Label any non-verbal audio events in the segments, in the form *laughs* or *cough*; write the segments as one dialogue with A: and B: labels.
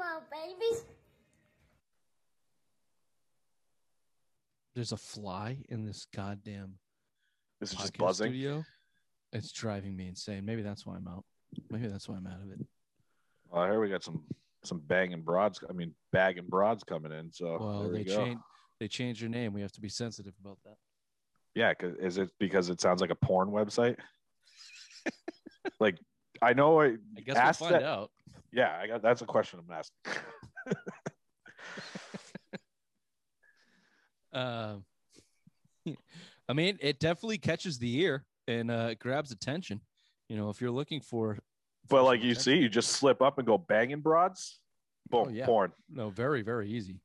A: go, babies.
B: There's a fly in this goddamn
C: This is
B: podcast
C: just buzzing.
B: studio. It's driving me insane. Maybe that's why I'm out. Maybe that's why I'm out of it.
C: Oh, here we got some some bang and broads. I mean, bag and broads coming in. So
B: well,
C: Oh, there we
B: they
C: go.
B: changed they changed your name. We have to be sensitive about that.
C: Yeah, 'cause- is it because it sounds like a
B: *laughs*
C: porn website? like, I know. I,
B: I guess
C: Ask
B: we'll find
C: that-
B: out.
C: yeah, I got that's a question I'm asking.
B: Um, *laughs* I mean, it definitely catches the ear and uh, it grabs attention. You know, if you're looking for
C: But like you see, you just slip up and go banging broads. Boom,
B: Oh, yeah.
C: porn.
B: no, very very easy.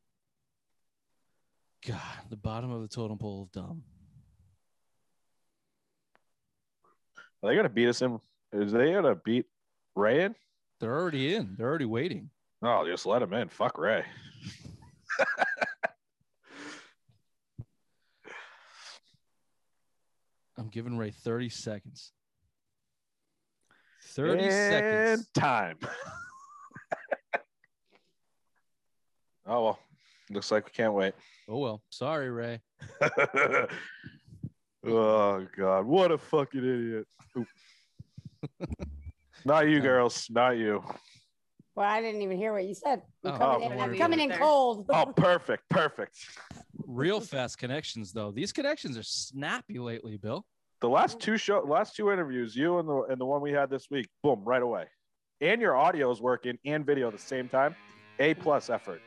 B: God, the bottom of the totem pole of dumb.
C: Are they gonna beat us in? Is they gonna beat Ray in?
B: They're already in. They're already waiting.
C: No, just let him in. Fuck Ray.
B: I'm giving Ray 30 seconds. 30 seconds.
C: And time. *laughs* oh well, looks like we can't wait.
B: Oh well, sorry, Ray.
C: oh God, what a fucking idiot! Oop. Not you,
B: No.
C: girls. Not
B: *laughs*
C: you.
D: Well, I didn't even hear what you said. I'm
B: Oh,
D: coming,
C: don't
D: in,
B: worry
D: I'm
B: about
D: coming
B: it.
D: in
E: There.
D: cold.
C: Oh, perfect, perfect.
B: Real fast connections though. These connections are snappy lately, Bill.
C: The last two show, last two interviews, you and the and the one we had this week, boom, right away. And your audio is working and video at the same time. A plus effort.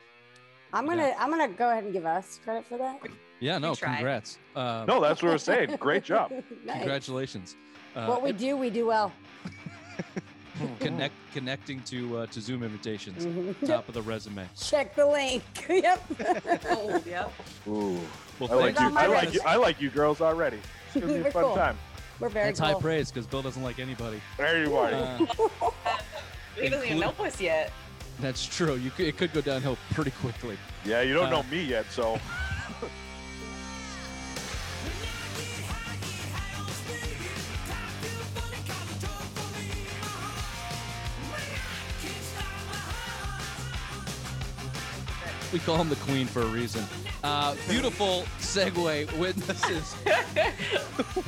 D: I'm gonna I'm gonna go ahead and give us credit for that.
B: Yeah, no,
E: tried.
B: congrats. Um,
C: No, that's what we're saying.
B: *laughs*
C: Great job.
D: *laughs* Nice.
B: congratulations. Uh,
D: What we do, we do well.
B: connect connecting to uh, to Zoom invitations.
D: Mhm.
B: Top of the resume.
D: *laughs* Check the link. *laughs* yep. *laughs*
E: Cold, Oh, yep.
C: Oooo.
B: Well,
C: I like
B: thank
C: you.
D: you.
C: I like you.
B: That's-
C: I like you girls already. It's gonna be a
D: We're
C: fun
D: cool.
C: time.
D: We're very
B: That's high
D: cool.
B: praise because Bill doesn't like anybody.
C: Everybody.
B: Uh,
E: He doesn't even know us yet.
B: that's true. You c- it could go downhill pretty quickly.
C: yeah, you don't
B: uh,
C: know me yet, so.
B: We call him the Queen for a reason. Uh, beautiful
D: *laughs*
B: segue witnesses.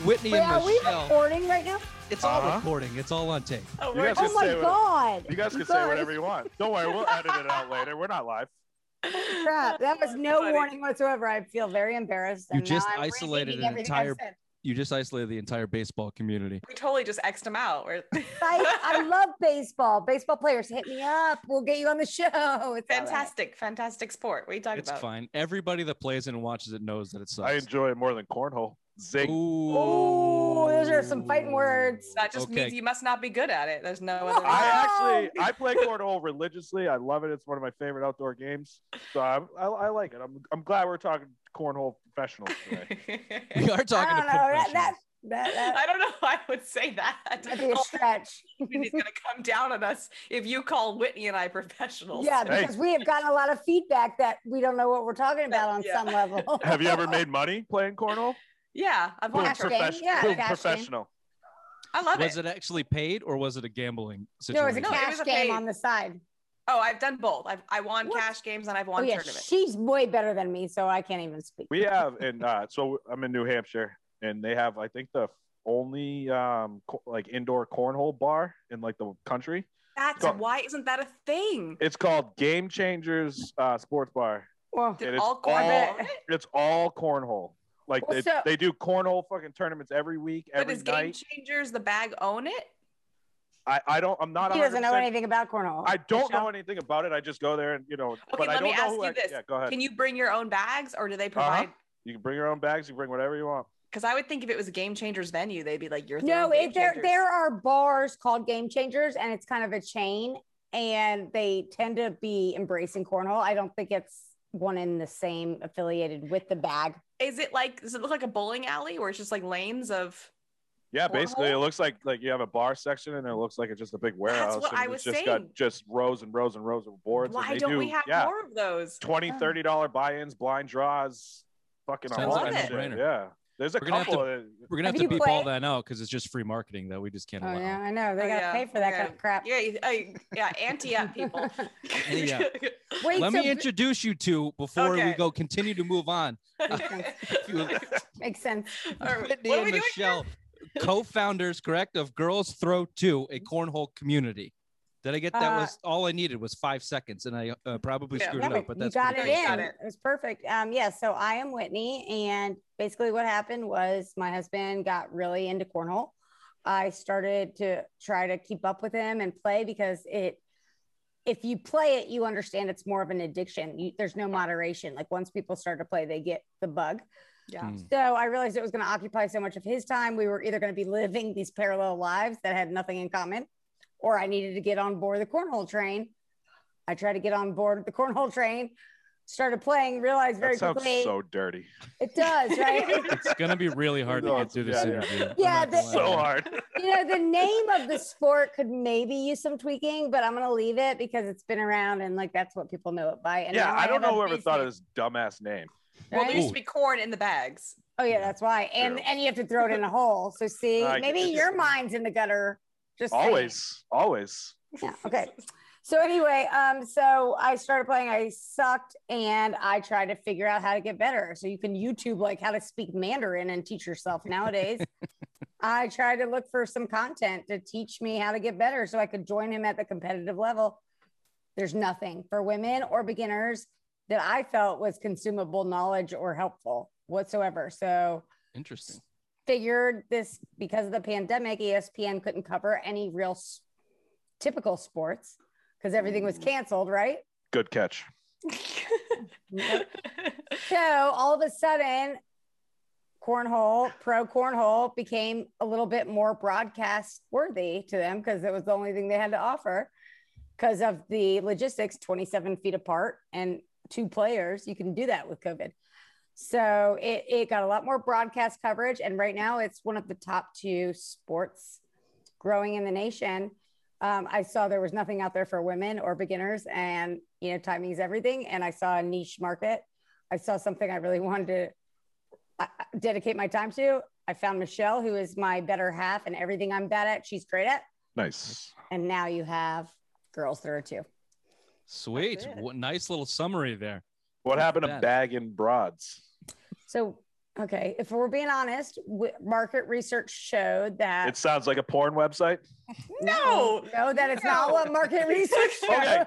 B: Whitney
D: Wait,
B: and
D: are we
B: Michelle.
D: recording right now?
B: It's all
C: Uh-huh.
B: recording. It's all on tape.
E: Oh,
C: You
E: we're
C: guys
E: just,
D: Oh
C: Just
D: my
C: say what-
D: god!
C: You guys can say
D: Sorry.
C: whatever you want. Don't worry, we'll edit it out later. We're not live.
E: *laughs*
D: Crap, that was no
E: Funny.
D: warning whatsoever. I feel very embarrassed.
B: You
D: and now
B: just
D: I'm
B: isolated
D: rethinking
B: an
D: everything
B: entire-
D: I said.
B: You just isolated the entire baseball community.
E: we totally just X'd him
D: *laughs*
E: out. We're *laughs*
D: I, I love baseball. Baseball players, hit me up. We'll get you on the show. It's all right.
E: fantastic, fantastic sport. What are you talking
B: It's
E: about?
B: fine. Everybody that plays it and watches it knows that it sucks.
C: I enjoy it more than cornhole. Zing.
B: Ooh.
D: Oh, those are some fighting words.
E: That just
B: Okay.
E: means you must not be good at it. There's no
D: *laughs*
E: other. *laughs*
D: I-
C: I actually I play cornhole religiously. I love it. It's one of my favorite outdoor games. So I'm, I, I like it. I'm, I'm glad we're talking cornhole professionals
D: *laughs*
C: today.
B: *laughs* We are talking
D: I don't
B: to
D: know. That,
B: professionals.
D: that, that, that,
E: *laughs* I don't know. why I would say that. *laughs*
D: that'd be a stretch.
E: He's going to come down on us if you call Whitney and I professionals.
D: Yeah,
C: Hey.
D: because we have gotten a lot of feedback that we don't know what we're talking about on
E: Yeah.
D: some level.
C: *laughs* Have you ever made money playing cornhole?
E: Yeah, I've
C: Boom,
D: Cash
E: watched.
D: game,
E: her.
C: profession-
D: yeah,
C: boom,
D: cash game.
C: professional.
E: I love
B: was
E: it.
B: it actually paid or was it a gambling
D: There was
B: situation?
D: a
E: No, it
D: cash
E: was a
D: game
E: fade.
D: on the side.
E: Oh, I've done both. I've I won
D: What?
E: cash games and I've
D: Oh
E: won
D: yeah,
E: tournaments.
D: she's way better than me, so I can't even speak.
C: We have, and uh, so I'm in New Hampshire, and they have, I think, the only um, co- like indoor cornhole bar in like the country.
E: That's
C: Go-
E: why isn't that a thing?
C: It's called Game Changers uh, Sports Bar.
D: *laughs* Well,
C: It
E: Did
C: is
E: all
C: all-
E: corn?
C: It's all cornhole. Like
D: Well,
C: they,
D: so-
C: they do cornhole fucking tournaments every week,
E: But
C: every
E: is Game
C: night.
E: Changers the bag own it?
C: I, I don't. I'm not.
D: he doesn't know
C: 100%
D: anything about cornhole.
C: I don't
D: Michelle.
C: know anything about it. I just go there and you know. but I
E: let
C: don't
E: me
C: know
E: ask
C: who
E: you
C: I-
E: this.
C: Yeah, go ahead.
E: Can you bring your own bags or do
C: Uh-huh.
E: they provide?
C: You can bring your own bags. You bring whatever you want.
E: Because I would think if it was a Game Changers venue, they'd be like, "You're
D: No,
E: throwing Game
D: it, there
E: Changers."
D: there are bars called Game Changers, and it's kind of a chain, and they tend to be embracing cornhole. I don't think it's one in the same affiliated with the bag.
E: Is it like? Does it look like a bowling alley where it's just like lanes of?
C: Yeah, basically, it
E: Cornhole?
C: looks like like you have a bar section, and it looks like it's just a big warehouse.
E: what
C: and
E: I
C: it's
E: was
C: just got
E: saying.
C: just rows and rows and rows of boards. and
E: Why
C: they
E: don't
C: do,
E: we have
C: yeah,
E: more of those?
C: twenty, thirty dollar buy-ins, blind draws, fucking
B: Sounds
C: all
E: like a
C: that shit.
B: no-brainer.
C: Yeah, There's a
B: We're gonna have
C: couple.
B: We're gonna
D: Have
B: have, to
D: you
B: beep all
D: played-
B: that out because it's just free marketing that we just can't
D: Oh
B: allow.
D: yeah, I know. They
E: Oh,
D: gotta
E: yeah,
D: pay for that
E: yeah.
D: kind of crap.
E: Yeah, you- I, yeah, anti
D: *laughs*
E: up people.
B: Yeah.
E: *laughs*
D: Wait,
B: Let
D: so
B: me introduce you to before we
E: Okay.
B: go continue to move on.
D: makes sense.
E: Or-
B: Brittany
E: what are
B: and
E: we doing here?
B: Michelle, co-founders, correct, of Girls Throw Two, a
E: Mm-hmm.
B: cornhole community. Did I get that?
D: Uh,
B: was all I needed was five seconds, and I uh, probably
E: Yeah.
B: screwed
D: No,
B: it up. But that's
D: you got it
B: pretty
E: good.
D: in.
E: You got
D: it.
E: it.
D: was perfect. Um, yeah. So I am Whitney, and basically what happened was my husband got really into cornhole. I started to try to keep up with him and play because it, if you play it, you understand it's more of an addiction. You, there's no moderation. Like once people start to play, they get the bug.
C: Hmm.
E: Yeah.
B: Mm.
D: So I realized it was going to occupy so much of his time. We were either going to be living these parallel lives that had nothing in common, or I needed to get on board the cornhole train. I tried to get on board the cornhole train, started playing, realized very
C: that sounds
D: quickly
C: so *laughs* dirty.
D: it does,
C: *laughs*
D: right?
B: It's gonna be really hard
C: No,
B: to get through this
C: yeah, yeah.
B: interview. I'm
D: Yeah,
B: not
D: the-
B: gonna
C: So
B: lie.
C: hard.
D: you know, the name of the sport could maybe use some tweaking, but I'm going to leave it because it's been around and like that's what people know it by. And
C: yeah,
D: now
C: I
D: have
C: don't know
D: a
C: whoever thought of
D: basic-
C: this dumbass name.
E: *laughs* Well,
D: right?
E: there used to be corn in
D: *laughs*
E: the bags. *laughs*
D: Oh yeah, that's why. And
C: True.
D: and you have to throw it in a hole.
C: *laughs*
D: So see,
C: I
D: maybe
C: guess.
D: your mind's in the gutter. Just saying.
C: Always, always.
D: Yeah, okay. So anyway, um, so I started playing. I sucked, and I tried to figure out how to get better. So you can YouTube like how to speak Mandarin and teach yourself nowadays. I tried to look for some content to teach me how to get better, so I could join him at the competitive level. There's nothing for women or beginners that I felt was consumable knowledge or helpful whatsoever. So
B: Interesting.
D: figured this because of the pandemic, E ESPN couldn't cover any real s- typical sports because everything was canceled, right?
C: Good catch.
D: So all of a sudden, cornhole, pro cornhole became a little bit more broadcast worthy to them because it was the only thing they had to offer because of the logistics 27 feet apart and two players. You can do that with COVID. So it, it got a lot more broadcast coverage. And right now, it's one of the top two sports growing in the nation. Um, I saw there was nothing out there for women or beginners, and you know, timing is everything. And I saw a niche market. I saw something I really wanted to uh, dedicate my time to. I found Michelle, who is my better half, and everything I'm bad at, she's great at.
C: Nice.
D: And now you have girls that are too.
B: Sweet.
E: it.
B: What nice little summary there.
C: What
B: Look
C: happened
B: at
C: to
B: that.
C: bagging broads?
D: So, okay, if we're being honest, w- market research showed that
C: It sounds like a porn website.
E: No.
D: no, that it's not
E: No.
D: what market research
C: Okay.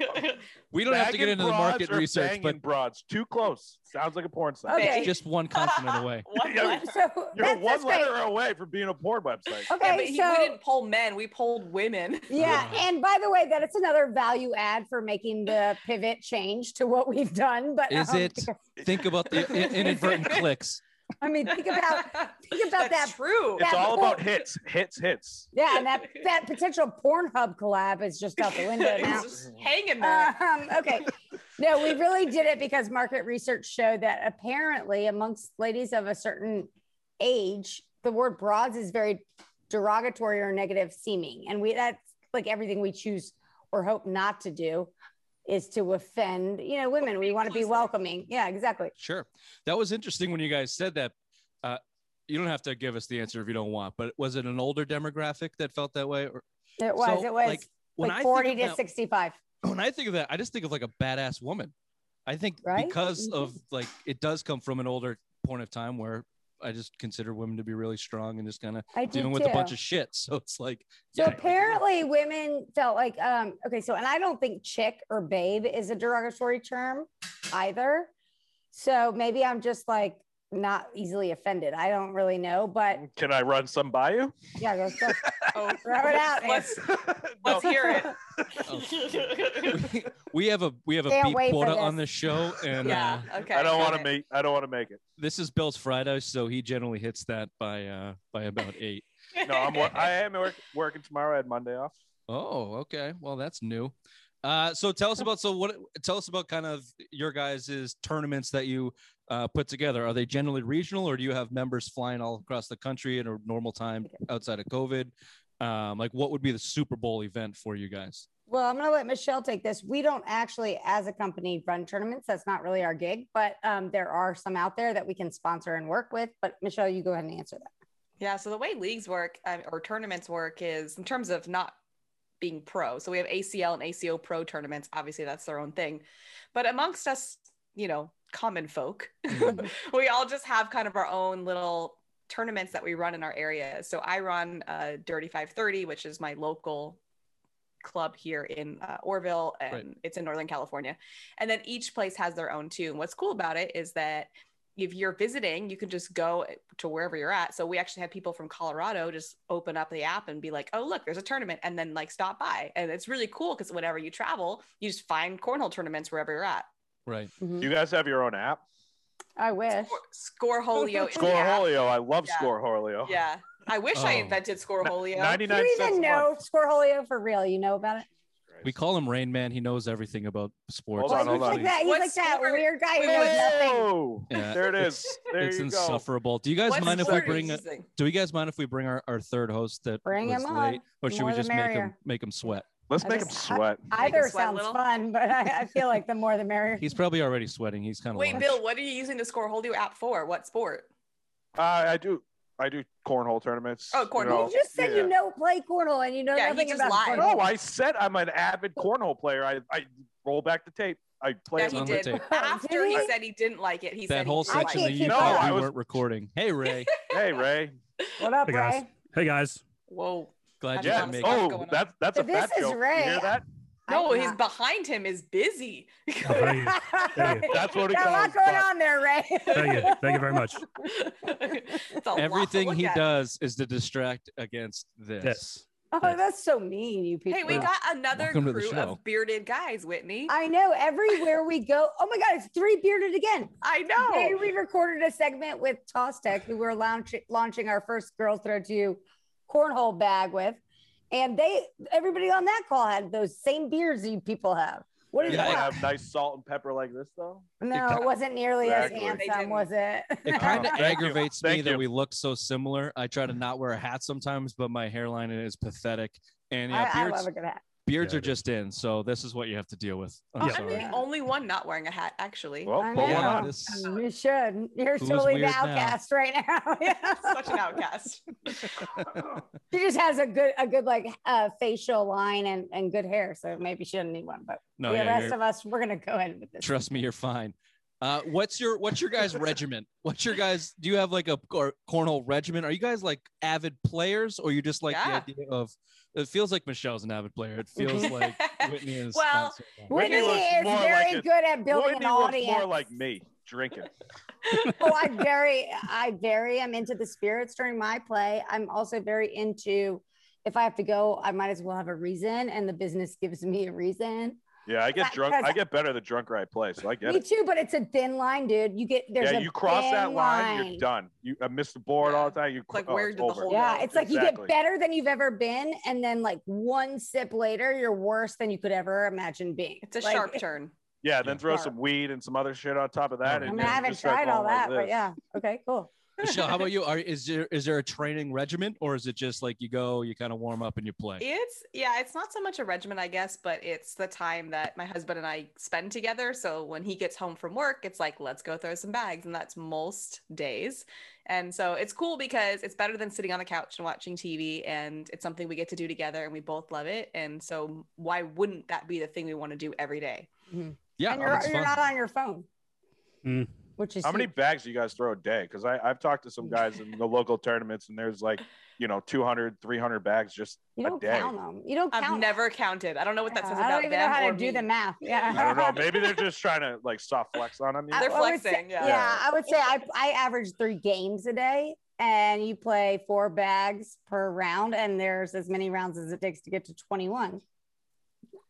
D: showed.
B: We don't have to get
C: Bagging
B: into the
C: broads
B: market
C: or
B: research, but
C: banging broads too close. Sounds like a porn site.
D: Okay.
B: it's just one consonant
C: *laughs*
B: away.
E: *laughs* What?
C: Yeah.
E: what?
D: So
C: You're
D: that's,
C: one
D: that's great.
C: letter away from being a porn website.
D: Okay,
E: Yeah, but he-
D: so
E: we didn't poll men, we polled women.
D: Yeah, and by the way, that it's another value add for making the pivot change to what we've done. But
B: Is
D: um,
B: it? Think about the in- inadvertent clicks.
D: *laughs* I mean, think about
E: *laughs*
D: think about
E: That's
D: that.
E: true.
C: It's
D: that
C: all
D: porn-
C: about hits, hits, hits.
D: Yeah, and that that potential Pornhub collab is just *laughs* out the window now.
E: *laughs* It's just hanging there.
D: Um, okay, no, we really did it because market research showed that apparently amongst ladies of a certain age, the word broads is very derogatory or negative seeming, and we that's like everything we choose or hope not to do is to offend you know women we want to be
E: Inclusive.
D: welcoming yeah exactly
B: Sure. That was interesting when you guys said that. Uh, you don't have to give us the answer if you don't want, but was it an older demographic that felt that way? Or
D: It was.
B: So,
D: it was
B: like,
D: like,
B: when I
D: 40
B: think
D: to
B: of that,
D: 65.
B: when I think of that, I just think of like a badass woman. I think
D: Right?
B: because
D: Mhm.
B: of like it does come from an older point of time where I just consider women to be really strong and just kind of
D: I do
B: dealing
D: too.
B: with a bunch of shit. So it's like
D: so
B: yeah,
D: apparently women felt like, um, okay, so, and I don't think chick or babe is a derogatory term either. So maybe I'm just like not easily offended. I don't really know, but
C: Can I run some
D: *laughs*
C: by you?
D: yeah, go, go.
E: Oh,
D: *laughs* Throw it out,
E: Let's,
C: No.
E: let's hear it.
B: *laughs*
D: Oh.
E: *laughs*
B: we, we have a we have a
D: Can't
B: beep
D: wait for
B: quota on
D: this.
B: this show, and uh,
E: yeah. Okay.
C: I don't
E: got
C: want to
E: it.
C: make. I don't want to make it.
B: this is Bill's Friday, so he generally hits that by uh, by about eight.
C: No,
E: *laughs*
C: I'm. wor- I am work, working tomorrow. I had Monday off.
B: Oh, okay. Well, that's new. Uh, so tell us about so what tell us about kind of your guys' tournaments that you uh, put together. Are they generally regional, or do you have members flying all across the country in a normal time outside of COVID? Um, like, what would be the Super Bowl event for you guys?
D: Well, I'm going to let Michelle take this. We don't actually, as a company, run tournaments. That's not really our gig, but um, there are some out there that we can sponsor and work with. But Michelle, you go ahead and answer that.
E: Yeah. So the way leagues work um, or tournaments work is in terms of not being pro. So we have ACL and ACO pro tournaments. Obviously, that's their own thing. But amongst us, you know, common folk,
B: Mhm.
E: *laughs* we all just have kind of our own little tournaments that we run in our area. So I run uh, Dirty 530, which is my local club here in uh, Orville and
B: Right.
E: it's in Northern California. And then each place has their own too. And what's cool about it is that if you're visiting, you can just go to wherever you're at. So we actually had people from Colorado just open up the app and be like, "Oh, look, there's a tournament," and then like stop by. And it's really cool because whenever you travel, you just find cornhole tournaments wherever you're at.
B: Right.
E: Mm-hmm.
D: Mhm.
C: Do you guys have your own app?
D: I wish.
E: Score Scoreholio. is the app.
C: Scoreholio. I love
E: Yeah.
C: Scoreholio.
E: Yeah. I wish I
B: Oh.
E: invented Scoreholio.
D: Do
C: 99
D: you
C: cents a
D: even know
C: month.
D: Scoreholio for real? You know about it?
B: We call him Rain Man. He knows everything about sports.
C: Hold on,
D: Well, he's
C: hold on.
D: like that. He's
E: What
D: like that
E: sport-
D: weird guy who
E: wait, wait,
D: knows nothing.
C: Whoa!
B: Yeah,
C: There it is. There
B: it's
C: you
B: insufferable. Do you guys
E: What
B: mind if we
E: sport is
B: bring?
E: this thing?
B: Do you guys mind if we bring our, our third host that
D: Bring
B: was
D: him on.
B: late, or should
D: More
B: we
D: the
B: just make him
D: merrier.
B: make him sweat?
C: go. Let's
D: I
C: make him
D: just-
C: sweat.
E: Make him
D: Either
E: sweat a
D: sounds
E: little.
D: fun, but I, I feel like the more the merrier.
B: He's probably already sweating. He's kind of
E: Wait, Bill, what are you using the Scoreholio app for? What sport?
C: Uh, I do. I do cornhole tournaments.
E: Oh,
C: you
E: cornhole.
C: know,
D: you just said
C: yeah. Oh,
D: you know play cornhole and you know
E: Yeah, he
D: nothing
E: just
D: about
E: lied.
D: cornhole.
C: No, I said I'm an avid cornhole player. I, I roll back the tape. I play.
E: Yeah,
B: It's
E: he
B: on the
E: did.
B: tape.
E: After
D: Did
E: he
D: he?
E: said he didn't like it, he said
B: that
E: he
B: whole
E: didn't like
B: section
E: it.
B: that
D: can't
B: you
D: keep
B: thought
D: up.
B: we
C: No, I was-
B: weren't recording. Hey Ray,
C: hey, Ray.
D: What up,
A: Hey, guys.
D: Ray?
A: Hey guys.
E: Whoa.
B: glad you
E: Yeah,
C: Yeah.
B: can make
E: what's
B: it.
E: going
C: Oh,
E: on?
C: that's that's a
D: This
C: fat
D: is
C: joke.
D: Ray.
C: You hear that?
E: No,
D: I'm
E: his
D: not-
E: behind him is busy. *laughs*
A: Oh, thank you.
D: *laughs*
A: Thank you.
C: That's what he
D: Got a lot
C: calls.
D: going
C: but-
D: on there, Ray.
A: Thank you. Thank you
C: *laughs*
A: very much.
E: It's a lot to
B: Everything
E: look
B: he
E: at.
B: does is to distract against this.
A: Yes.
D: *laughs* Oh, that's so mean, you people.
E: Hey, we got another
B: Welcome to the
E: crew
B: show.
E: of bearded guys, Whitney. I,
D: I know everywhere we go. Oh my God, it's three bearded again. Today
E: know.
D: we recorded a segment with Toss Tech, who we're launch- launching our first Girls Throw to cornhole bag with, and they everybody on that call had those same beards you people have. What is
C: You
B: Yeah,
C: don't
D: that?
C: have nice salt and pepper like this though.
D: No, it wasn't nearly as
E: Exactly.
D: handsome, was it? *laughs*
B: It kind of
C: Thank you.
B: aggravates me
C: Thank
B: that
C: you.
B: we look so similar. I try to not wear a hat sometimes, but my hairline is pathetic. And yeah,
D: I, I
B: beards,
D: love a good hat.
B: beards
A: Yeah,
B: are
A: it is.
B: just in. So this is what you have to deal with. I'm
E: I'm
B: sorry.
E: the only one not wearing a hat, actually.
C: Well,
D: I
C: put one
D: know.
B: Yeah,
C: on.
B: this-
D: You should. You're
B: Who's
D: totally the
B: weird now?
D: outcast right now. *laughs* yeah.
E: *laughs* Such an outcast.
D: She just has a good, a good like uh, facial line and, and good hair, so maybe she doesn't need one. But
B: no,
D: the
B: yeah,
D: rest
B: you're-
D: of us, we're gonna go ahead with this.
B: trust me, you're fine. Uh, what's your what's your guys' regiment? What's your guys? Do you have like a cor- cornhole regiment? Are you guys like avid players, or you just like
E: Yeah.
B: the idea of? It feels like Michelle's an avid player. It
D: *laughs*
B: feels like
E: *laughs*
B: Whitney is.
E: Well,
B: not
D: Whitney,
C: Whitney was
D: is
C: more
D: very
C: like a-
D: good at building
C: Whitney
D: an
C: looks
D: audience.
C: more like me drinking.
D: *laughs* oh, I very, I very am into the spirits during my play. I'm also very into. If I have to go, I might as well have a reason, and the business gives me a reason.
C: Yeah, I get
D: That-
C: drunk.
D: that's-
C: I get better the drunker I play, so I get
D: Me
C: it.
D: too, but it's a thin line, dude. You get there's
C: yeah,
D: a
C: you cross that
D: thin
C: line, you're done. You I miss the board
E: Yeah.
C: all the time. You
E: like,
C: oh,
E: where
C: it's
E: did the
C: over.
E: whole-
D: Yeah,
E: Yeah,
D: it's like you get
C: exactly.
D: better than you've ever been, and then like one sip later, you're worse than you could ever imagine being.
E: It's a
D: Like,
E: sharp turn.
C: Yeah, then
B: Yeah.
C: throw some weed and some other shit on top of that.
B: I
D: I
C: and
D: mean,
C: you
D: I haven't
C: just start
D: tried all
C: going like
D: that, but
C: this.
D: yeah. Okay, cool.
B: Michelle, how about you? Are is there is there a training regiment, or is it just like you go, you kind of warm up and you play?
E: It's yeah, it's not so much a regimen, I guess, but it's the time that my husband and I spend together. So when he gets home from work, it's like let's go throw some bags, and that's most days. And so it's cool because it's better than sitting on the couch and watching TV, and it's something we get to do together, and we both love it. And so why wouldn't that be the thing we want to do every day?
B: *laughs* yeah,
D: and you're,
B: it's
D: you're
B: fun.
D: not on your phone,
A: Mm.
D: which is
C: How many
D: huge.
C: bags do you guys throw a day? Because I've talked to some guys in the local tournaments, and there's like, you know, 200, 300 bags just
D: you
C: a
D: don't
C: day.
D: count them. You don't count.
E: I've never counted. I don't know what that
D: Yeah,
E: says
D: I
E: about
D: don't even know
E: them
D: how
E: or
D: to do
E: me.
D: the math. Yeah,
C: I
D: *laughs*
C: don't know. Maybe they're just trying to like soft flex on them. you
D: I-
E: They're
C: know?
D: I would say-
E: flexing, yeah.
D: yeah, I would say I I average three games a day, and you play four bags per round, and there's as many rounds as it takes to get to 21.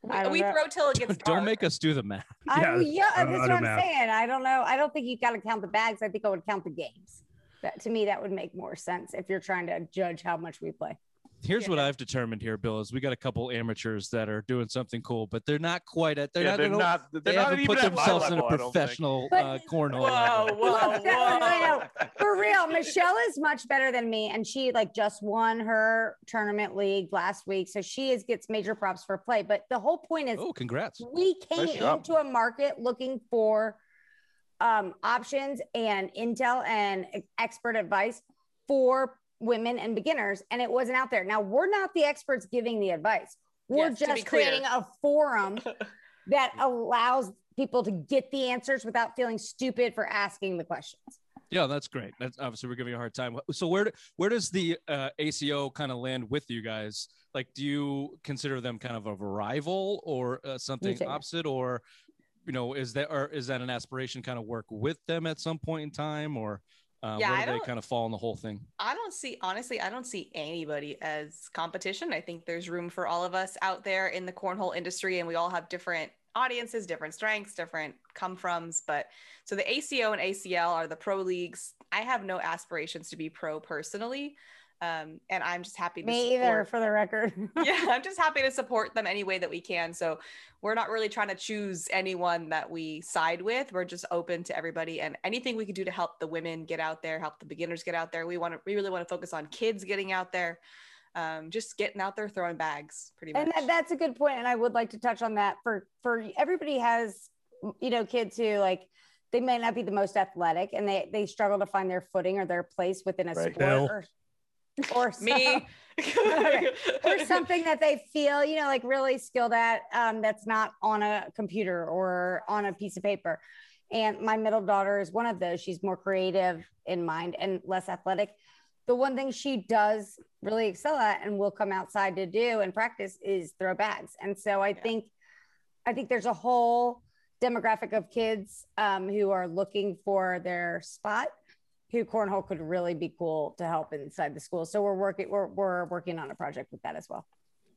D: I
E: We,
D: don't
E: we
D: know.
E: throw till it gets
B: *laughs*
E: dark.
B: Don't make us do the math.
D: I,
A: Yeah,
D: well, yeah,
A: I
D: that's
A: don't- I
D: what
A: don't
D: I'm
A: math.
D: saying. I don't know. I don't think you got to count the bags. I think I would count the games. That to me, that would make more sense if you're trying to judge how much we play.
B: here's
E: Yeah.
B: what I've determined here, Bill, is we got a couple amateurs that are doing something cool, but they're not quite at they're
C: Yeah,
B: not,
C: they're
B: they don't-
C: not. They're
B: they
C: not
B: haven't
C: even
B: put
C: at my
B: themselves in a
C: level, I don't think.
B: professional
D: But-
B: uh, cornhole.
E: Whoa,
B: level.
E: whoa,
D: *laughs* Look, that one I
E: whoa.
D: know. For real, Michelle is much better than me, and she like just won her tournament league last week, so she is gets major props for play. But the whole point is
B: Oh, congrats.
D: we came
C: Nice job.
D: into a market looking for um, options and intel and e-, expert advice for women and beginners, and it wasn't out there. Now we're not the experts giving the advice; we're
E: Yes, to be
D: just
E: clear.
D: creating a
E: *laughs*
D: forum that allows people to get the answers without feeling stupid for asking the questions.
B: Yeah, that's great. That's obviously we're giving you a hard time. So where do- where does the uh, ACO kind of land with you guys? Like, do you consider them kind of a rival or uh, something
D: take it.
B: opposite, or you know, is that or is that an aspiration kind of work with them at some point in time, or uh,
E: Yeah,
B: where
E: I
B: do they
E: don't-
B: kind of fall in the whole thing?
E: I don't see, honestly, I don't see anybody as competition. I think there's room for all of us out there in the cornhole industry, and we all have different audiences, different strengths, different come froms. But so the ACO and ACL are the pro leagues. I have no aspirations to be pro personally. Um, and I'm just happy to
D: Me either,
E: support-
D: for the record. *laughs*
E: yeah, I'm just happy to support them any way that we can. So we're not really trying to choose anyone that we side with. We're just open to everybody and anything we can do to help the women get out there, help the beginners get out there. We want to, we really want to focus on kids getting out there, um, just getting out there throwing bags, pretty much.
D: and that, that's a good point and i would like to touch on that for for everybody has you know kids who like they may not be the most athletic and they they struggle to find their footing or their place within a
C: Right.
D: sport
A: Bill.
D: or, or some- *laughs*
E: Me, *laughs*
D: or something that they feel you know like really skilled at um, that's not on a computer or on a piece of paper and my middle daughter is one of those she's more creative in mind and less athletic the one thing she does really excel at and will come outside to do and practice is throw bags and so i
E: Yeah.
D: think i think there's a whole demographic of kids um, who are looking for their spot who cornhole could really be cool to help inside the school. So we're working we're, we're working on a project with that as well.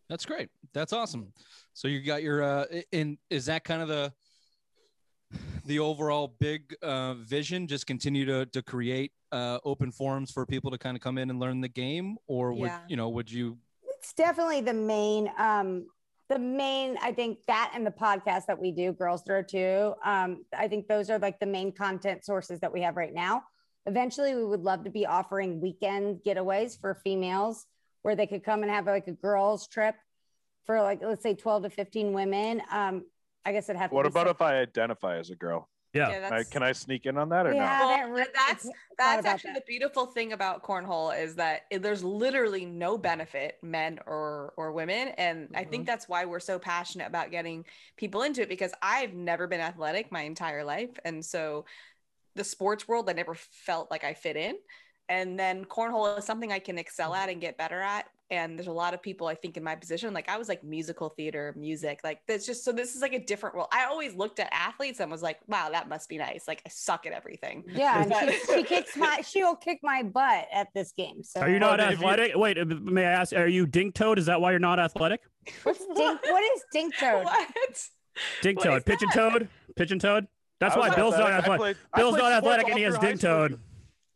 B: That's great. That's awesome. So you got your uh i- in is that kind of the the overall big uh vision just continue to to create uh open forums for people to kind of come in and learn the game or would
E: Yeah.
B: you know would you
D: It's definitely the main um the main I think that and the podcast that we do Girls Throw 2 um I think those are like the main content sources that we have right now. Eventually we would love to be offering weekend getaways for females where they could come and have like a girls trip for like let's say 12 to 15 women. Um I guess it have to
C: What
D: be
C: about
D: so-
C: if I identify as a girl?
A: Yeah.
E: Yeah,
C: I,
E: that's-
C: can I sneak in on that or
D: We
C: no?
E: Well,
D: haven't re-
E: that's- That's
D: about
E: actually
D: that.
E: the beautiful thing about cornhole is that it- there's literally no benefit, men or or women, and I
D: Mm-hmm.
E: think that's why we're so passionate about getting people into it because I've never been athletic my entire life, and so the sports world I never felt like I fit in, and then cornhole is something I can excel
D: Mm-hmm.
E: at and get better at. And there's a lot of people I think in my position, like I was like musical theater, music, like that's just so this is like a different world. I always looked at athletes and was like, wow, that must be nice. Like I suck at everything.
D: Yeah, and she,
E: But-
D: she kicks my she will kick my butt at this game. So
A: Are you not
C: Well, if you-
A: athletic? Wait, uh, may I ask? Are you dink toed? Is that why you're not athletic?
D: What's dink, what is dink toed?
E: *laughs* What?
A: Dink
E: What
A: toed,
E: is
A: pigeon
E: that?
A: toed, pigeon toed. That's
C: I was
A: why Bill's not
C: I
A: athletic.
C: played- I
A: Bill's
C: played
A: not
C: sports
A: athletic
C: all
A: and he has
C: through high
A: dink toed.
C: school.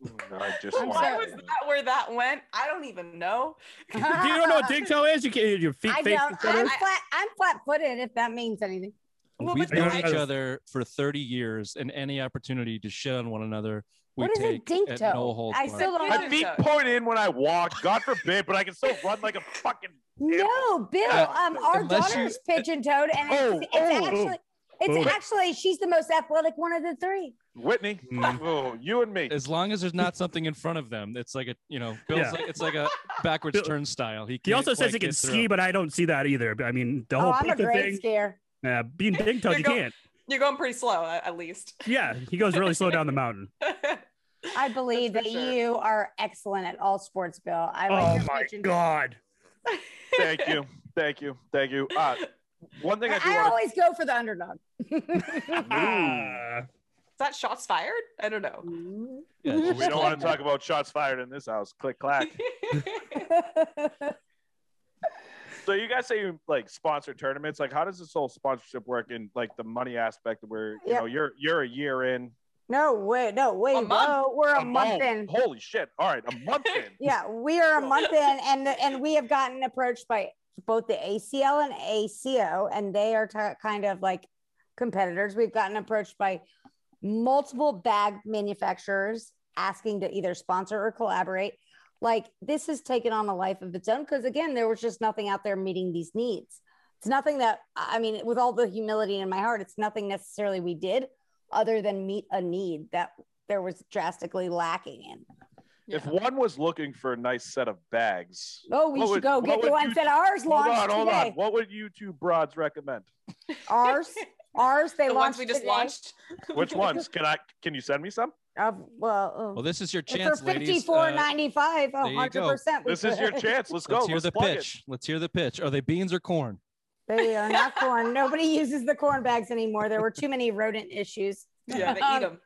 C: Mm, I just
D: I'm
C: wanted
E: Why
D: sorry.
E: was that where that went? I don't even know.
A: Do you don't know what dink toe is? You can't, your feet
D: I
A: face
D: don't.
A: each other.
D: I'm flat. I'm flat footed. If that means anything.
E: Well,
B: we've
E: but
B: known
A: the-
B: each other for 30 years and any opportunity to shit on one another we
D: What is a
B: take
D: dink
B: at
D: toe?
B: no holds
D: I
B: barred.
D: still don't
E: Pigeon
C: My
D: know.
C: feet point in when I walk, God forbid, but I can still run like a fucking.
D: No, Bill. Um, our
B: Uh, Unless you-
D: daughter's pigeon toed, and
C: Oh,
D: it's, it's
C: oh,
D: actually,
A: oh.
D: it's actually she's the most athletic one of the three.
C: Whitney,
A: Mm.
C: oh, you and me.
B: as long as there's not something in front of them it's like a you know Bill's
A: Yeah.
B: like, it's like a backwards
A: Bill-
B: turnstile he,
A: He
B: can't
A: also says
B: quite
A: he can
B: get through.
A: ski, but I don't see that either. I mean, the
D: Oh,
A: whole
D: I'm a
A: pizza
D: great
A: thing,
D: skier.
A: uh, being dink toed,
E: You're
A: you
E: going-
A: can't.
E: You're going pretty slow, at, at least. *laughs*
A: Yeah, he goes really slow down the mountain.
D: I believe that
E: That's for sure.
D: you are excellent at all sports, Bill. I like
A: Oh
D: your
A: my
D: pigeon-
A: god.
C: Thank you, thank you, thank you. Uh, one thing I do
D: I, I
C: want
D: always go for the underdog.
A: Ah.
E: Is that shots fired? I don't know.
A: *laughs*
B: Yeah,
C: to,
B: it's
C: we
B: just
C: don't
B: like-
C: want to talk about shots fired in this house. Click
E: *laughs*
C: clack.
E: Mm-hmm.
D: *laughs*
C: So you guys say you like sponsor tournaments. Like, how does this whole sponsorship work? And like the money aspect, where you
D: Yeah.
C: know you're you're a year in
D: No, wait, no, wait.
E: month.
D: Whoa, we're a, month
C: oh,
D: in.
C: Holy shit! All right, a month in.
D: *laughs* Yeah, we are a month in, and and we have gotten approached by both the ACL and ACO, and they are t- kind of like competitors. We've gotten approached by multiple bag manufacturers asking to either sponsor or collaborate. Like this has taken on a life of its own because again, there was just nothing out there meeting these needs. It's nothing that I mean, with all the humility in my heart, it's nothing necessarily we did other than meet a need that there was drastically lacking in.
C: If one was looking for a nice set of bags,
D: Oh, we
C: What
D: should
C: would-
D: go
C: what
D: get the
C: would
D: ones
C: you-
D: that ours
C: hold
D: launched
C: on, hold on.
D: today.
C: What would you two broads recommend? *laughs*
D: Ours, ours, they
E: the ones
D: launched.
E: we just
D: today.
E: launched.
D: *laughs*
C: Which ones? Can I? Can you send me some?
D: Of, well, uh,
B: Well, this is your
D: for
B: chance, ladies.
D: fifty-four
B: Uh,
D: ninety-five,
B: there
D: a
B: you go.
D: hundred percent.
C: This is your chance. Let's go.
B: let's hear
C: Let's
B: the
C: plug it.
B: pitch. Let's hear the pitch. Are they beans
D: *laughs*
B: or corn?
D: *laughs* They are not corn. Nobody uses the corn bags anymore. There were too many rodent issues.
E: Yeah, they
D: *laughs*
E: eat
D: Um,
E: them.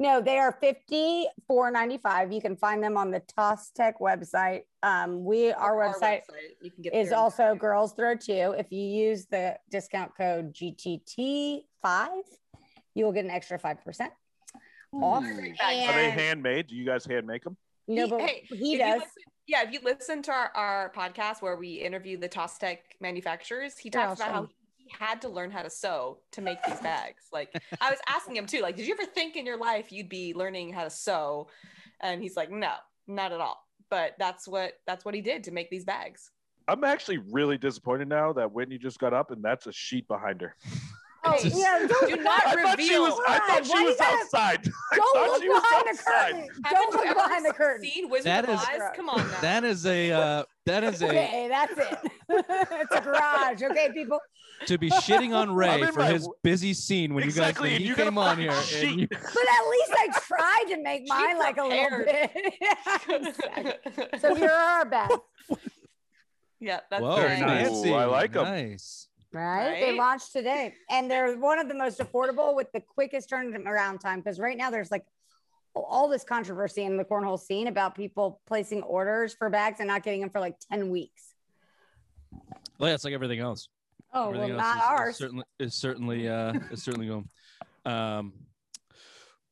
D: No, they are fifty-four ninety-five. You can find them on the Toss Tech website. Um, we our website
E: you can get
D: is
E: their-
D: also Girls Throw Two. If you use the discount code GTT five, you will get an extra five percent off.
E: Are
C: Are they
D: And-
C: handmade? Do you guys handmake them?
D: No,
E: He-
D: but
E: hey,
D: he
E: if you
D: does.
E: listen- yeah, if you listen to our, our podcast where we interview the Tostec manufacturers, he
D: They're
E: talks about how
D: awesome.
E: he had to learn how to sew to make these bags. Like I was asking him too, like, did you ever think in your life you'd be learning how to sew? And he's like, no, not at all. But that's what that's what he did to make these bags.
C: I'm actually really disappointed now that Whitney just got up and that's a sheet behind her.
D: Oh,
B: Just-
E: *laughs*
D: yeah, don't,
E: Do not
C: I thought she
E: reveal.
C: was. I
D: God,
C: thought she
D: why
C: was
D: you gotta- *laughs*
C: outside.
D: don't
C: thought
D: look
C: she was
D: behind the
C: outside.
D: curtain. *laughs* Don't
E: Haven't *laughs* you
D: look
E: ever
D: behind the curtain.
E: Seen Wizard
B: That
E: of
B: is-
E: Oz? Come on now. *laughs*
B: That is a uh, that is a
D: Okay, *laughs* that's it. *laughs* it's a garage. Okay, people.
B: to be
D: *laughs*
B: shitting on Ray
C: in
B: for
C: my
B: his
C: w-
B: busy scene when
C: Exactly,
B: you guys
C: and
B: when he
C: you got a
B: came on
C: fucking
B: here. And
C: sheet.
B: you,
D: But at least I tried to make
E: She
D: mine like a little
E: prepared.
D: bit. *laughs*
E: *laughs*
D: Yeah, exactly. so here are our bags,
E: yeah, that's
B: whoa,
E: *laughs*
C: very
E: nice.
C: nice.
B: fancy.
C: Ooh, I like 'em.
B: Nice.
D: right? They
E: Right?
D: launched today, and they're one of the most affordable with the quickest turnaround time. Because right now there's like all this controversy in the cornhole scene about people placing orders for bags and not getting them for like ten weeks.
B: Well, yeah, it's like everything else.
D: Oh
B: everything
D: well, not
B: else is- is
D: ours.
B: certainly is certainly uh, is certainly going. Um,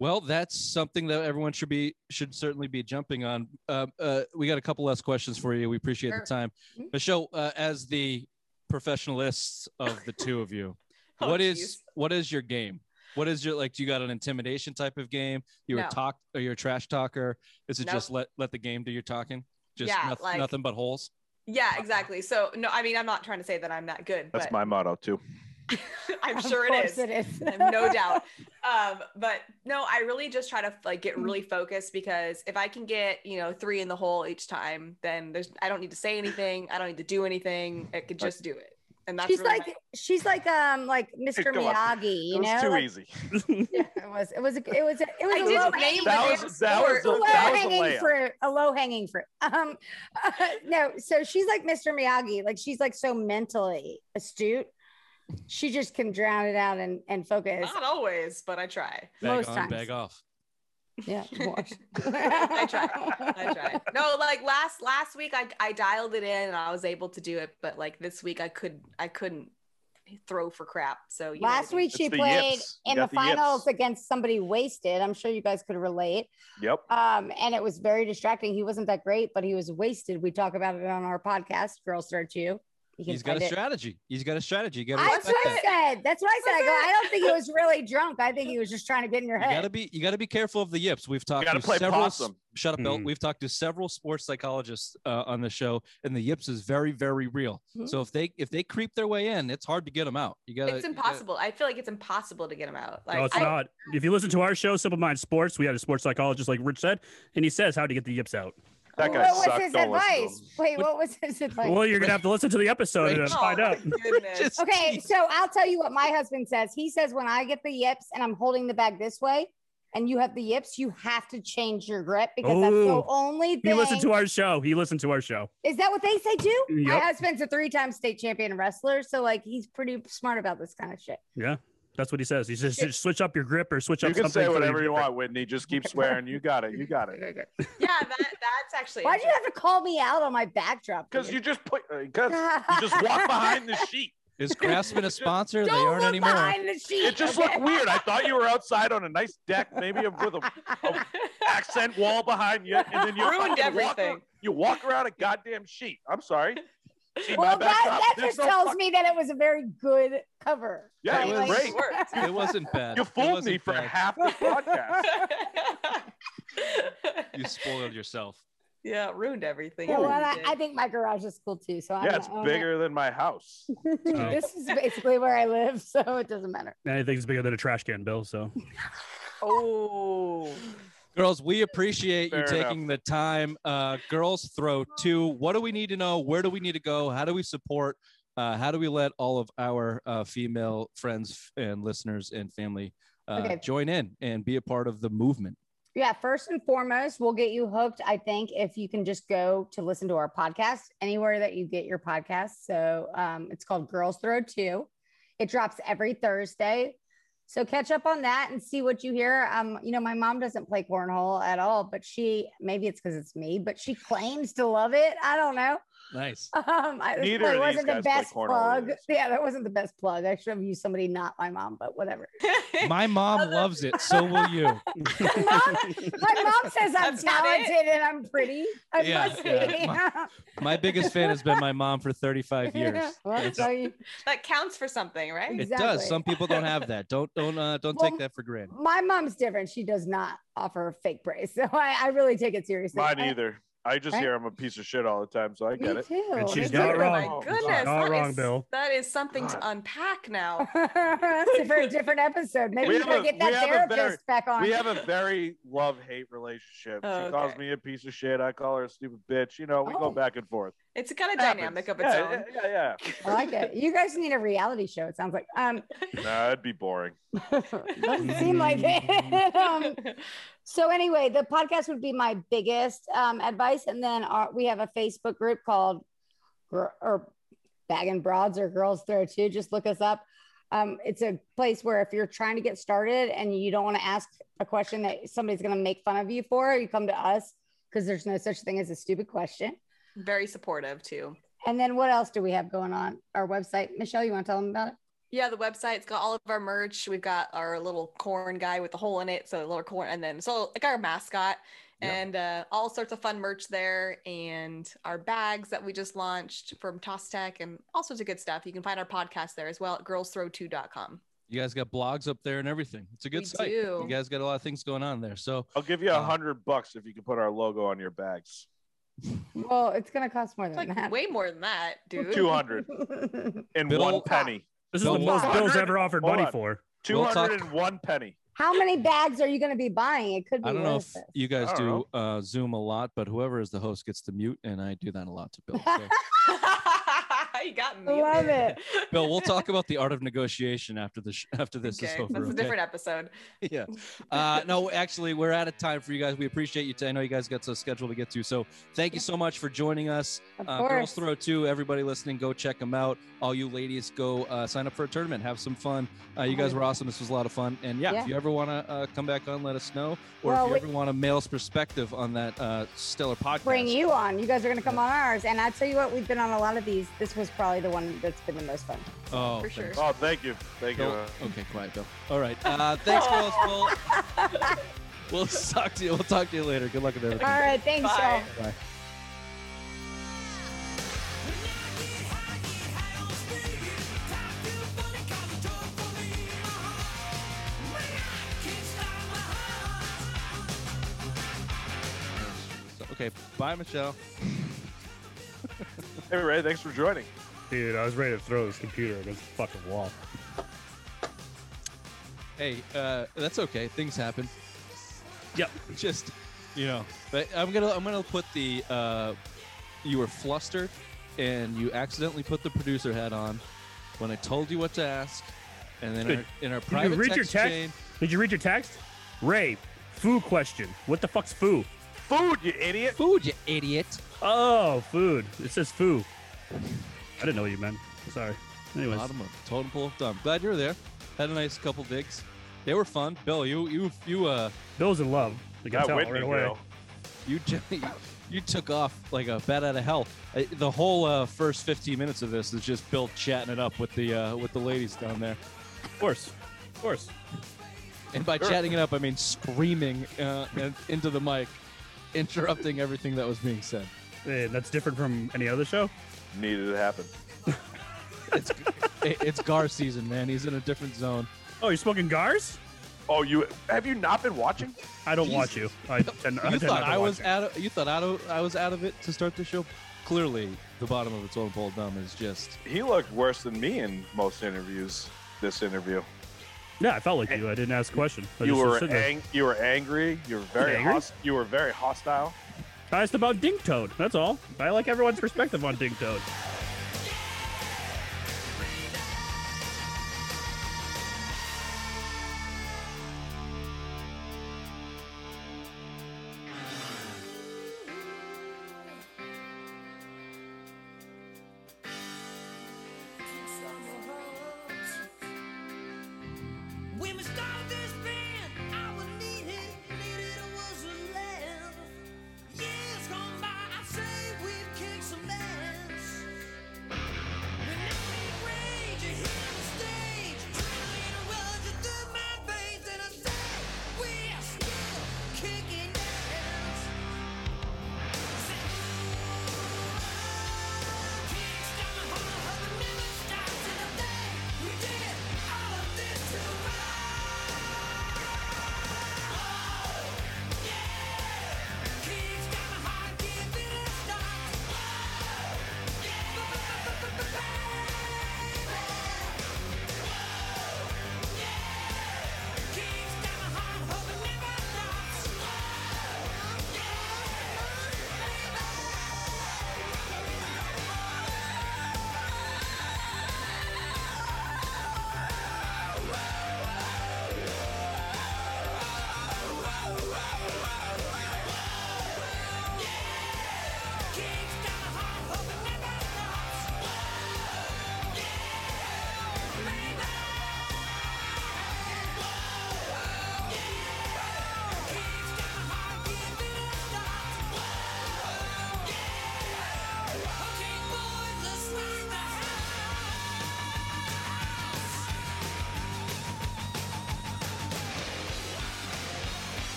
B: well, that's something that everyone should be should certainly be jumping on. Um, uh, we got a couple last questions for you. We appreciate
D: Sure.
B: the time,
D: Mhm.
B: Michelle. Uh, as the professionalists of the two of you,
E: Oh,
B: what is
E: geez.
B: what is your game? What is your like? Do you got an intimidation type of game? You're
E: No.
B: a talk or you're a trash talker? Is it
E: No.
B: just let let the game do your talking? Just
E: Yeah,
B: noth-
E: like-
B: nothing but holes.
E: Yeah, exactly. So no, I mean, I'm not trying to say that I'm that good,
C: That's
E: but
C: my motto too.
E: *laughs* I'm
D: Of
E: sure it
D: course
E: is.
D: It is.
E: I have no doubt. Um, but no, I really just try to like get really focused because if I can get you know three in the hole each time, then there's I don't need to say anything. I don't need to do anything. I could just do it, and that's
D: *laughs* she's
E: really
D: like she's like um like Mr.
C: go on.
D: Miyagi, you
C: it was
D: know.
C: too
D: like,
C: easy.
D: yeah, *laughs* it was it was a, it was a, it was
E: I
D: a
E: didn't
D: low
E: name
D: hanging,
E: the
C: That
E: damn
C: was that was
E: sport.
C: the,
D: low
C: that was the
D: hanging
C: layup.
D: fruit, a low hanging fruit. *laughs* Um, no, so she's like Mr. Miyagi, like she's like so mentally astute. She just can drown it out and and focus.
E: not always, but I try.
B: Bag
D: Most
B: on,
D: times.
B: bag off.
E: *laughs*
D: Yeah, watch.
E: I
D: *laughs*
E: try. I try. No, like last last week I I dialed it in and I was able to do it, but like this week I could I couldn't throw for crap. So you know what I
D: Last
E: mean.
D: week she
C: It's the
D: played
C: yips. You
D: in the
C: got the yips.
D: finals against somebody wasted. I'm sure you guys could relate.
C: Yep.
D: Um, and it was very distracting. He wasn't that great, but he was wasted. We talk about it on our podcast, Girls Search You. You can
B: He's got
D: find
B: a
D: it.
B: strategy. He's got a strategy. You gotta
D: That's
B: respect
D: what
B: that.
D: I said. That's what I said. I go, I don't think he was really drunk. I think he was just trying to get in your
B: You gotta
D: head.
B: be you gotta be careful of the yips. We've talked
C: gotta
B: to
C: play
B: several s-
C: possum.
B: shut up, Bill.
A: Mhm.
B: We've talked to several sports psychologists uh, on the show, and the yips is very, very real.
D: Mhm.
B: So if they if they creep their way in, it's hard to get them out. You gotta
E: it's
B: you gotta-
E: impossible. I feel like it's impossible to get him out. Like
A: no, it's
E: I-
A: not. If you listen to our show, Simple Mind Sports, we had a sports psychologist, like Rich said, and he says how to get the yips out.
C: That guy
D: what was
C: sucked.
D: his
C: Don't listen to
D: advice? Wait, what was his advice?
A: Well, you're gonna have to listen to the episode
E: Oh,
A: and find out. *laughs*
E: my goodness.
B: Just-
D: okay, so I'll tell you what my husband says. He says when I get the yips and I'm holding the bag this way, and you have the yips, you have to change your grip because that's the
A: Oh.
D: only thing.
A: He listened to our show. He listened to our show.
D: Is that what they say too? My
A: Yep.
D: husband's a three-time state champion wrestler, so like he's pretty smart about this kind of shit.
A: That's what he says. He says "Just switch up your grip or switch
C: You
A: up
C: can
A: something.
C: say
A: so
C: whatever you
A: get
C: want, Whitney.
D: *laughs*
C: Just keep swearing. You got it. You got it.
E: yeah, that that's actually.
D: Why do you have to call me out on my backdrop?
C: Because
D: dude? *laughs*
C: you just put. Because you just walk behind the sheet.
B: Is Craftsman a sponsor? they
D: Don't
B: aren't
D: look
B: anymore.
D: behind the sheet.
C: It just
D: okay?
C: looked weird. I thought you were outside on a nice deck, maybe with a accent wall behind you, and then you
E: Ruined
C: fucking walk ar-
E: everything.
C: you walk around a goddamn sheet.
D: *laughs*
C: I'm sorry. See, my
D: Well,
C: bad cop.
D: that, that
C: There's
D: just
C: no
D: tells
C: fuck-
D: me that it was a very good cover.
C: Yeah,
E: It
C: it was
E: like,
D: *laughs*
C: great.
E: worked.
B: It wasn't bad.
C: You
B: It
C: fooled me
B: wasn't
C: for
B: bad.
C: half the podcast.
B: You spoiled yourself.
E: *laughs* yeah, ruined everything.
D: You know
C: Ooh.
D: what? I,
E: Really
D: I
E: did.
D: think my garage is cool too. So *laughs* I
C: Yeah,
D: don't
C: it's
D: own it.
C: bigger than
D: *laughs*
C: my house.
D: this is basically where I live, *laughs* so it doesn't matter.
A: Anything's bigger than a trash can, Bill. So
E: oh, *laughs*
B: Girls, we appreciate you
C: Fair
B: taking the time. Uh, girls Throw 2, what do we need to know? Where do we need to go? How do we support? Uh, how do we let all of our uh, female friends and listeners and family uh,
D: Okay.
B: join in and be a part of the movement?
D: Yeah, first and foremost, we'll get you hooked. I think if you can just go to listen to our podcast anywhere that you get your podcast. So um, it's called Girls Throw Two. It drops every Thursday. So catch up on that and see what you hear. Um, you know, my mom doesn't play cornhole at all, but she maybe it's because it's me, but she claims to love it. I don't know. *laughs*
B: Nice.
D: Um, I, this
C: Neither
D: probably
C: of these
D: wasn't the
C: guys play
D: best
C: cornhole
D: plug.
C: either, so-
D: Yeah, that wasn't the best plug. I should have used somebody not my mom, but whatever.
B: My mom loves it. So will you.
D: Mom, my mom says I'm
E: That's not it.
D: talented and I'm pretty. I
B: Yeah,
D: must
B: yeah.
D: be.
B: My biggest fan has been my mom
D: *laughs*
B: for 35 years.
D: Well,
B: It's-
D: so you-
E: that counts for something, right?
B: It
D: Exactly.
B: does. Some people don't have that. Don't don't uh, don't
D: Well,
B: take that for granted.
D: my mom's different. She does not offer fake praise. *laughs* So I, I really take it seriously.
C: Mine
D: I-
C: either. I just
D: Right?
C: hear I'm a piece of shit all the time, so I
D: Me
C: get it.
D: too.
A: And
D: me
A: she's
D: too.
A: not
E: Oh
A: wrong.
E: my goodness,
A: Not
E: that
A: wrong,
E: is-
A: Bill.
E: That is something to unpack now.
D: *laughs* That's for a different episode. Maybe
C: We
D: we
C: have
D: gotta
C: a-
D: get
C: we
D: that
C: have a
D: therapist
C: very-
D: back on.
C: We have a very love hate relationship. She
E: Oh,
C: calls
E: okay.
C: me a piece of shit. I call her a stupid bitch. You know, we
D: Oh.
C: go back and forth.
E: It's a kind of
C: Happens.
E: dynamic of its
C: yeah,
E: own.
C: Yeah, yeah,
D: I like it. You guys need a reality show. It sounds like.
C: *laughs*
D: Um,
C: yeah. Nah, it'd be boring.
D: doesn't seem like it. *laughs* um, So anyway, the podcast would be my biggest um, advice, and then our, we have a Facebook group called Gr- or Bag and Broads or Girls Throw Too. Just look us up. Um, it's a place where if you're trying to get started and you don't want to ask a question that somebody's going to make fun of you for, you come to us because there's no such thing as a stupid question.
E: *laughs* Very supportive too.
D: And then what else do we have going on? Our website, Michelle, you want to tell them about it?
E: Yeah, the website's got all of our merch. We've got our little corn guy with a hole in it, so little corn, and then so like our mascot,
B: Yeah.
E: and uh, all sorts of fun merch there, and our bags that we just launched from Toss Tech, and all sorts of good stuff. You can find our podcast there as well at girlsthrow2.com.
B: You guys got blogs up there and everything. It's a good
E: We
B: site.
E: do.
B: You guys got a lot of things going on there. So
C: I'll give you a
B: Uh,
C: hundred bucks if you can put our logo on your bags.
D: Well, it's going to cost more
E: It's
D: than
E: like
D: that.
E: way more
B: *laughs*
E: than that, dude.
C: Two hundred
D: *laughs*
C: and one
B: Bill-
C: penny.
A: this is
B: Bill
A: the most
C: Walton.
A: Bill's ever offered
C: Hold
A: money
C: on.
A: for.
C: Two
B: We'll talk-
C: hundred and one penny.
D: How many bags are you going to be buying? It could be.
B: I don't know if
D: worth it.
B: you guys
C: I don't
B: do uh, Zoom a lot, but whoever is the host gets to mute, and I do that a lot to Bill.
E: *laughs*
B: So,
E: *laughs* you got me.
D: Love it.
B: Bill, we'll talk about the art of negotiation after the sh- after this is
E: okay,
B: over.
E: that's a
B: okay?
E: different episode.
B: yeah.
E: *laughs*
B: Uh, no, actually, we're out of time for you guys. We appreciate you. T- I know you guys got a schedule to get to, so thank you so much for joining us.
D: Of
B: Uh, Girls Throw 2, everybody listening, go check them out. All you ladies, go uh, sign up for a tournament. Have some fun. Uh, you guys were awesome. This was a lot of fun. And yeah,
D: Yeah.
B: if you ever want to uh, come back on, let us know. Or
D: Well,
B: if you
D: we-
B: ever want a male's perspective on that uh, stellar podcast,
D: Bring you on. You guys are going to come on ours. And I tell you what, we've been on a lot of these. This was probably the one that's been the most fun.
B: Oh,
E: For sure.
B: thanks.
C: Oh, thank you, thank you.
B: Bill. Okay, quiet, Bill. All right.
D: *laughs*
B: Uh, thanks, girls. We'll, we'll *laughs* talk to you. We'll talk to you later. Good luck with everything.
D: All right. Thanks,
E: Bye.
D: y'all.
B: Bye. Okay. Bye, Michelle.
C: Uh, Hey Ray, thanks for joining.
A: Dude, I was ready to throw this computer against the fucking wall.
B: Hey, uh, that's okay. Things happen.
A: Yep.
B: Just, you know. But I'm gonna I'm gonna put the uh, you were flustered, and you accidentally put the producer hat on when I told you what to ask, and then our, in our
A: you
B: private
A: read your
B: text,
A: text?
B: chain.
A: Did you read your text? Ray, foo question. What the fuck's foo?
C: Food, you idiot.
B: Food, you idiot.
A: Oh, food. It says foo. I didn't know what you meant. Sorry. Anyways,
B: Bottom of totem pole of dumb. Glad you were there. Had a nice couple digs. They were fun. Bill, you you you uh
A: Bill's in love. I can
C: That
A: tell
C: Whitney
A: right away.
C: girl.
B: you *laughs* j- You took off like a bat out of hell. I, the whole uh, first 15 minutes of this is just Bill chatting it up with the uh, with the ladies down there.
A: Of course. Of course.
B: And by
C: Sure.
B: chatting it up, I mean screaming uh, and- into the mic, interrupting everything that was being said.
A: Eh, that's different from any other show.
C: Needed to happen.
B: It's, it- it's Gar season, man. He's in a different zone.
A: Oh, you're smoking gars?
C: Oh, you have you not been watching?
A: I don't
B: Jesus.
A: watch you. I tend, I
B: You
A: tend
B: thought
A: not to
B: I
A: watch
B: was
A: you.
B: out of you thought out of, I was out of it to start the show. Clearly, the bottom of a totem pole dumb is just
C: He looked worse than me in most interviews. This interview,
A: Yeah, I felt like you. I didn't ask a question. I
C: you
A: just was
C: were
A: sitting there.
C: ang- you were angry. You were very
A: Angry?
C: host- you were very hostile.
A: I asked about Dink Toad. That's all. I like everyone's perspective on Dink Toad.
F: We must die.